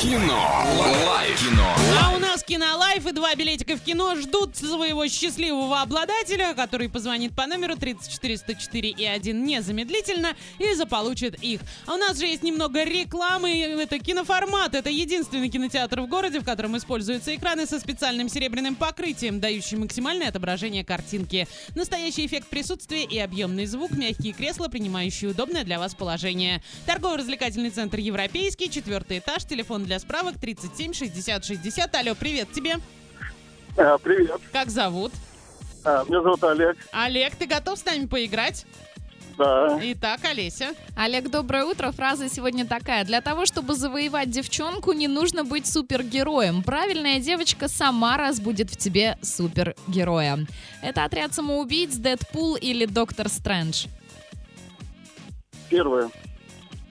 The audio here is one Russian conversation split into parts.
Кино. Лайф. Кино. А у нас кинолайф и два билетика в кино ждут своего счастливого обладателя, который позвонит по номеру 3404 и 1 незамедлительно и заполучит их. А у нас же есть немного рекламы. Это киноформат. Это единственный кинотеатр в городе, в котором используются экраны со специальным серебряным покрытием, дающим максимальное отображение картинки. Настоящий эффект присутствия и объемный звук, мягкие кресла, принимающие удобное для вас положение. Торгово-развлекательный центр «Европейский», четвертый этаж, телефон для справок 37 60 60. Алло, привет тебе. Э, Привет, Как зовут? Э, меня зовут Олег. Олег, ты готов с нами поиграть? Да. Итак, Олеся. Олег, доброе утро. Фраза сегодня такая. Для того, чтобы завоевать девчонку, не нужно быть супергероем. Правильная девочка сама разбудит в тебе супергероя. Это отряд самоубийц, Дэдпул или Доктор Стрэндж? Первое.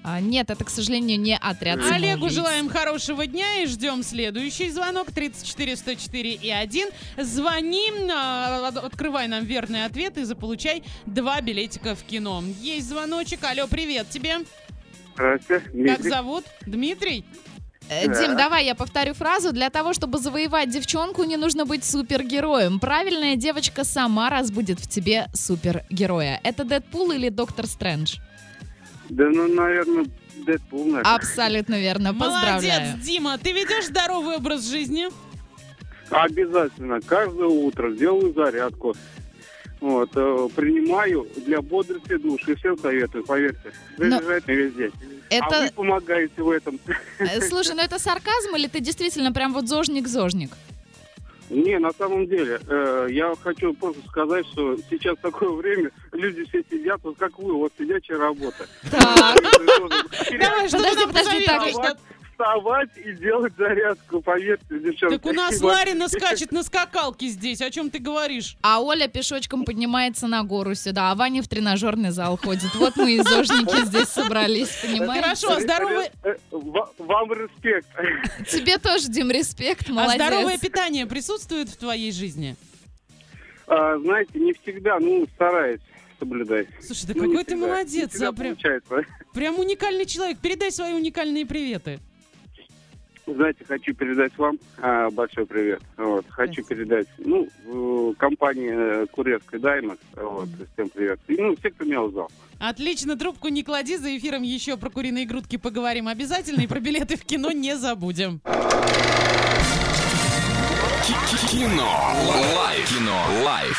А, нет, это, к сожалению, не отряд самоубийц. Олегу желаем хорошего дня и ждем следующий звонок 34 104 и 1. Звони, а, от- открывай нам верный ответ и заполучай два билетика в кино. Есть звоночек. Алло, привет тебе. Здрасте. Как зовут? Дмитрий. Э, Дим, давай я повторю фразу. Для того, чтобы завоевать девчонку, не нужно быть супергероем. Правильная девочка сама разбудит в тебе супергероя. Это Дэдпул или Доктор Стрэндж? Да, ну, наверное, Дэдпул, Абсолютно верно. Поздравляю. Молодец, Дима. Ты ведешь здоровый образ жизни? А- Обязательно. Каждое утро делаю зарядку. Вот, э, принимаю для бодрости души. Всем советую, поверьте. Но- Заряжайте везде. Это- А вы помогаете в этом. Э, Слушай, ну это сарказм или ты действительно прям вот зожник-зожник? Не, на самом деле, э, я хочу просто сказать, что сейчас такое время, люди все сидят, вот как вы, вот сидячая работа. Так. А. Давай, что ты Подожди, нам подожди, так, посоветуешь? Вставать, вставать и делать зарядку, поверьте, девчонки. Так у нас Ларина скачет на скакалке здесь. О чем ты говоришь? А Оля пешочком поднимается на гору сюда, а Ваня в тренажерный зал ходит. Вот мы и зожники здесь собрались, понимаете? Хорошо, а здоровый... Э, ва- Вам респект. Тебе тоже, Дим, респект, молодец. А здоровое питание присутствует в твоей жизни? А, Знаете, не всегда, ну, стараюсь соблюдать. Слушай, да Ну, не какой ты всегда. Не молодец. всегда Я прям, получается. прям уникальный человек. Передай свои уникальные приветы. Знаете, хочу передать вам а, большой привет. Вот, хочу передать, ну, в- компании э, Курецкой Даймакс, вот, всем привет. И, ну, все, кто меня узнал. Отлично, трубку не клади, за эфиром еще про куриные грудки поговорим обязательно и про билеты в кино не забудем. Кино. Лайф. Кино. Лайф.